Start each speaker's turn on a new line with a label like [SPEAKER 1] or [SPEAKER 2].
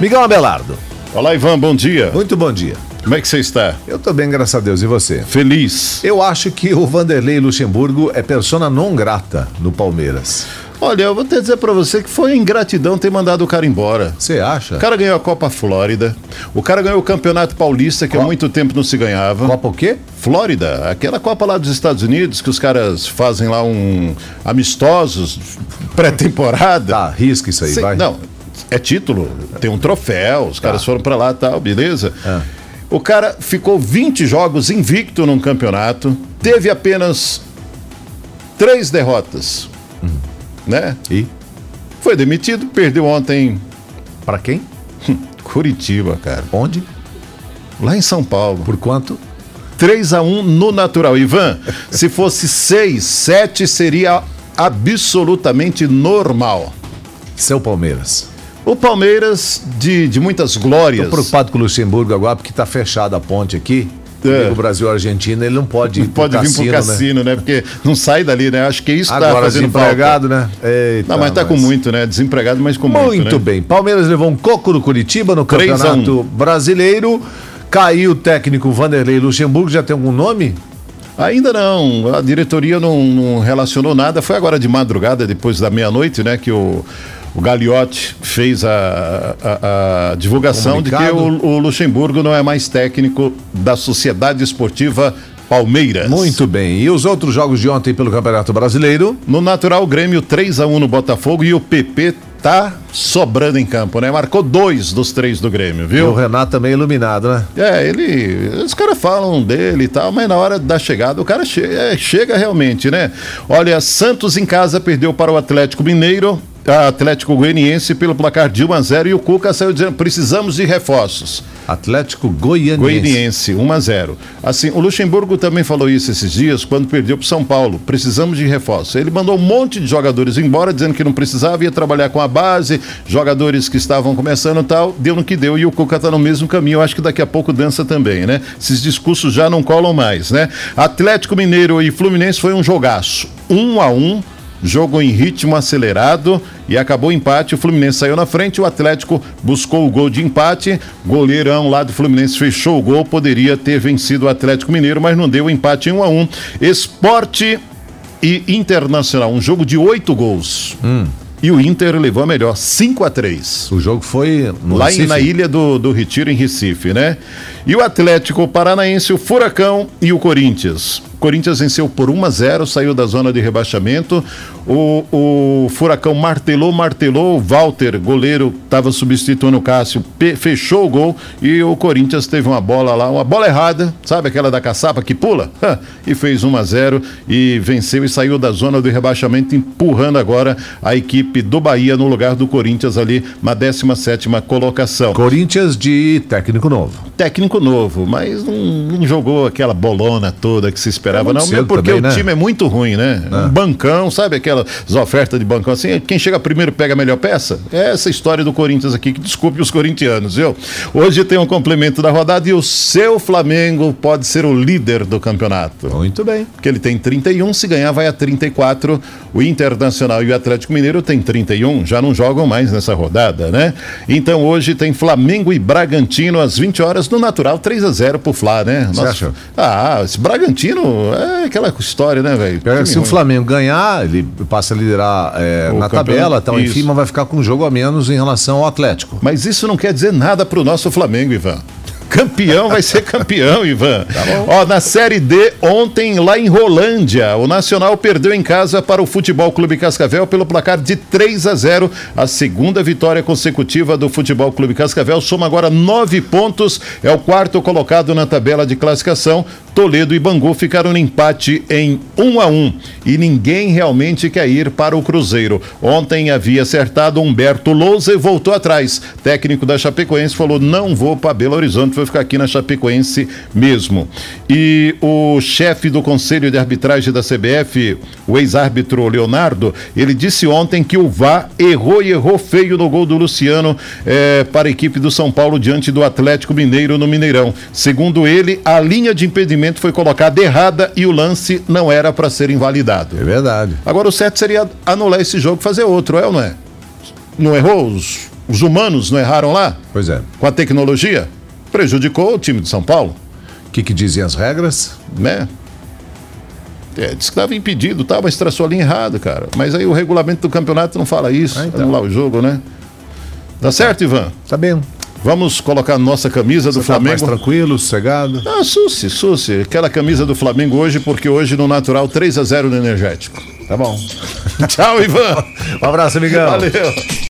[SPEAKER 1] Miguel Abelardo,
[SPEAKER 2] Olá, Ivan, bom dia.
[SPEAKER 1] muito bom dia.
[SPEAKER 2] Como é que você está?
[SPEAKER 1] Eu tô bem, graças a Deus. E você?
[SPEAKER 2] Feliz.
[SPEAKER 1] Eu acho que o Vanderlei Luxemburgo é persona non grata no Palmeiras.
[SPEAKER 2] Olha, eu vou até dizer pra você que foi ingratidão ter mandado o cara embora.
[SPEAKER 1] Você acha?
[SPEAKER 2] O cara ganhou a Copa Flórida, o cara ganhou o Campeonato Paulista, que há muito tempo não se ganhava.
[SPEAKER 1] Copa o quê?
[SPEAKER 2] Flórida, aquela Copa lá dos Estados Unidos que os caras fazem lá um amistosos pré-temporada.
[SPEAKER 1] Tá, risca isso aí,
[SPEAKER 2] Sei-
[SPEAKER 1] vai. Tá.
[SPEAKER 2] Não, é título, tem um troféu, os caras foram pra lá e tal, beleza?
[SPEAKER 1] É.
[SPEAKER 2] O cara ficou 20 jogos invicto num campeonato, teve apenas três derrotas,
[SPEAKER 1] Uhum.
[SPEAKER 2] né?
[SPEAKER 1] E?
[SPEAKER 2] Foi demitido, perdeu ontem
[SPEAKER 1] Pra quem?
[SPEAKER 2] Curitiba, cara.
[SPEAKER 1] Onde?
[SPEAKER 2] Lá em São Paulo.
[SPEAKER 1] Por quanto?
[SPEAKER 2] 3 a 1 no natural. Ivan, se fosse 6, 7 seria absolutamente normal.
[SPEAKER 1] Seu Palmeiras.
[SPEAKER 2] O Palmeiras, de, de muitas glórias.
[SPEAKER 1] Tô preocupado com o Luxemburgo agora porque tá fechada a ponte aqui.
[SPEAKER 2] É.
[SPEAKER 1] O Brasil Argentina, ele não pode ir
[SPEAKER 2] Tipo, Pode
[SPEAKER 1] pro
[SPEAKER 2] vir
[SPEAKER 1] Tipo, cassino,
[SPEAKER 2] pro cassino, né? Porque não sai dali, né? Acho que isso
[SPEAKER 1] né?
[SPEAKER 2] tá
[SPEAKER 1] Agora
[SPEAKER 2] fazendo falta.
[SPEAKER 1] desempregado, né? Eita,
[SPEAKER 2] Não, mas tá com muito, né? Desempregado, mas com muito,
[SPEAKER 1] Muito
[SPEAKER 2] né?
[SPEAKER 1] bem. Palmeiras levou um coco no Curitiba no
[SPEAKER 2] 3 a 1.
[SPEAKER 1] Campeonato Brasileiro. Caiu o técnico Vanderlei Luxemburgo, já tem algum nome?
[SPEAKER 2] Ainda não, a diretoria não, não relacionou nada. Foi agora de madrugada, depois da meia-noite, né? Que o, o Gagliotti fez a, a- a divulgação
[SPEAKER 1] Comunicado.
[SPEAKER 2] de que o, o Luxemburgo não é mais técnico da Sociedade Esportiva Palmeiras.
[SPEAKER 1] Muito bem. E os outros jogos de ontem pelo Campeonato Brasileiro?
[SPEAKER 2] No natural, o Grêmio 3 a 1 no Botafogo e o PP tá sobrando em campo, né? Marcou dois dos três do Grêmio,
[SPEAKER 1] E o
[SPEAKER 2] viu?
[SPEAKER 1] Renato também iluminado, né?
[SPEAKER 2] É, ele. Os caras falam dele e tal, mas na hora da chegada o cara che- é, chega realmente, né? Olha, Santos em casa perdeu para o Atlético Mineiro, a Atlético Goianiense pelo placar de 1 a 0 e o Cuca saiu dizendo: precisamos de reforços.
[SPEAKER 1] Atlético Goianiense.
[SPEAKER 2] Goianiense, 1 a 0. Assim, o Luxemburgo também falou isso esses dias quando perdeu para São Paulo. Precisamos de reforço. Ele mandou um monte de jogadores embora dizendo que não precisava ia trabalhar com a base, jogadores que estavam começando e tal, deu no que deu e o Cuca tá no mesmo caminho. Eu acho que daqui a pouco dança também, né? Esses discursos já não colam mais, né? Atlético Mineiro e Fluminense foi um jogaço. 1 a 1. Jogo em ritmo acelerado e acabou o empate. O Fluminense saiu na frente, o Atlético buscou o gol de empate. Goleirão lá do Fluminense fechou o gol, poderia ter vencido o Atlético Mineiro, mas não deu o empate em 1 a 1. Esporte e Internacional, um jogo de oito gols. E o Inter levou a melhor, 5 a 3
[SPEAKER 1] O jogo foi no
[SPEAKER 2] lá
[SPEAKER 1] Recife.
[SPEAKER 2] em- na ilha do, do Retiro, em Recife, né? E o Atlético Paranaense, o Furacão e o Corinthians. O Corinthians venceu por 1 a 0 saiu da zona de rebaixamento. O, o Furacão martelou, martelou. O Walter, goleiro, estava substituindo o Cássio, pe- fechou o gol. E o Corinthians teve uma bola lá, uma bola errada, sabe aquela da caçapa que pula? E fez 1 a 0 e venceu e saiu da zona do rebaixamento, empurrando agora a equipe do Bahia no lugar do Corinthians ali na 17 colocação.
[SPEAKER 1] Corinthians de técnico novo.
[SPEAKER 2] Técnico novo, mas não, não jogou aquela bolona toda que se esperava,
[SPEAKER 1] É muito
[SPEAKER 2] não, mesmo
[SPEAKER 1] cedo
[SPEAKER 2] porque
[SPEAKER 1] também,
[SPEAKER 2] o
[SPEAKER 1] né?
[SPEAKER 2] time é muito ruim, né? Um bancão, sabe aquelas ofertas de bancão assim? Quem chega primeiro pega a melhor peça? É essa história do Corinthians aqui, que desculpe os corintianos, viu? Hoje tem um complemento da rodada e o seu Flamengo pode ser o líder do campeonato
[SPEAKER 1] Muito bem.
[SPEAKER 2] que ele tem 31, se ganhar vai a 34. O Internacional e o Atlético Mineiro tem 31, já não jogam mais nessa rodada, né? Então hoje tem Flamengo e Bragantino às 20 horas no Natural 3 a 0 pro Fla, né? Nossa-
[SPEAKER 1] acha?
[SPEAKER 2] Ah, esse Bragantino é aquela história, né, velho?
[SPEAKER 1] Pior que
[SPEAKER 2] Time
[SPEAKER 1] É, Se o
[SPEAKER 2] ruim.
[SPEAKER 1] Flamengo ganhar, ele passa a liderar é,
[SPEAKER 2] O
[SPEAKER 1] na
[SPEAKER 2] campeonato.
[SPEAKER 1] tabela, tal,
[SPEAKER 2] Isso.
[SPEAKER 1] enfim, mas vai ficar com um jogo a menos em relação ao Atlético.
[SPEAKER 2] Mas isso não quer dizer nada pro nosso Flamengo, Ivan. Campeão vai ser campeão, Ivan. Ó, na Série D, ontem, lá em Rolândia, o Nacional perdeu em casa para o Futebol Clube Cascavel pelo placar de 3 a 0. A segunda vitória consecutiva do Futebol Clube Cascavel soma agora nove pontos. É o quarto colocado na tabela de classificação. Toledo e Bangu ficaram no empate em 1 a 1 e ninguém realmente quer ir para o Cruzeiro. Ontem havia acertado Humberto Lousa e voltou atrás. Técnico da Chapecoense falou: "Não vou para Belo Horizonte, vou ficar aqui na Chapecoense mesmo". E o chefe do Conselho de Arbitragem da CBF, o ex-árbitro Leonardo, ele disse ontem que o VAR errou e errou feio no gol do Luciano eh, para a equipe do São Paulo diante do Atlético Mineiro no Mineirão. Segundo ele, a linha de impedimento foi colocada errada e o lance não era para ser invalidado.
[SPEAKER 1] É verdade.
[SPEAKER 2] Agora o certo seria anular esse jogo e fazer outro, é ou não é? Não errou os- Os humanos não erraram lá?
[SPEAKER 1] Pois é.
[SPEAKER 2] Com a tecnologia? Prejudicou o time de São Paulo,
[SPEAKER 1] O que, que dizem as regras?
[SPEAKER 2] né? É, diz que estava impedido, tá, mas traçou a linha errada, cara. Mas aí o regulamento do campeonato não fala isso,
[SPEAKER 1] Ah, então.
[SPEAKER 2] anular o jogo, né? Tá certo, Ivan?
[SPEAKER 1] Tá bem.
[SPEAKER 2] Vamos colocar a nossa camisa do
[SPEAKER 1] Tá mais
[SPEAKER 2] Flamengo.
[SPEAKER 1] tranquilo, sossegado.
[SPEAKER 2] Ah, Susi, Susi, aquela camisa do Flamengo hoje, porque hoje no natural 3 a 0 no energético.
[SPEAKER 1] Tá bom.
[SPEAKER 2] Tchau, Ivan.
[SPEAKER 1] Um abraço, amigão.
[SPEAKER 2] Valeu.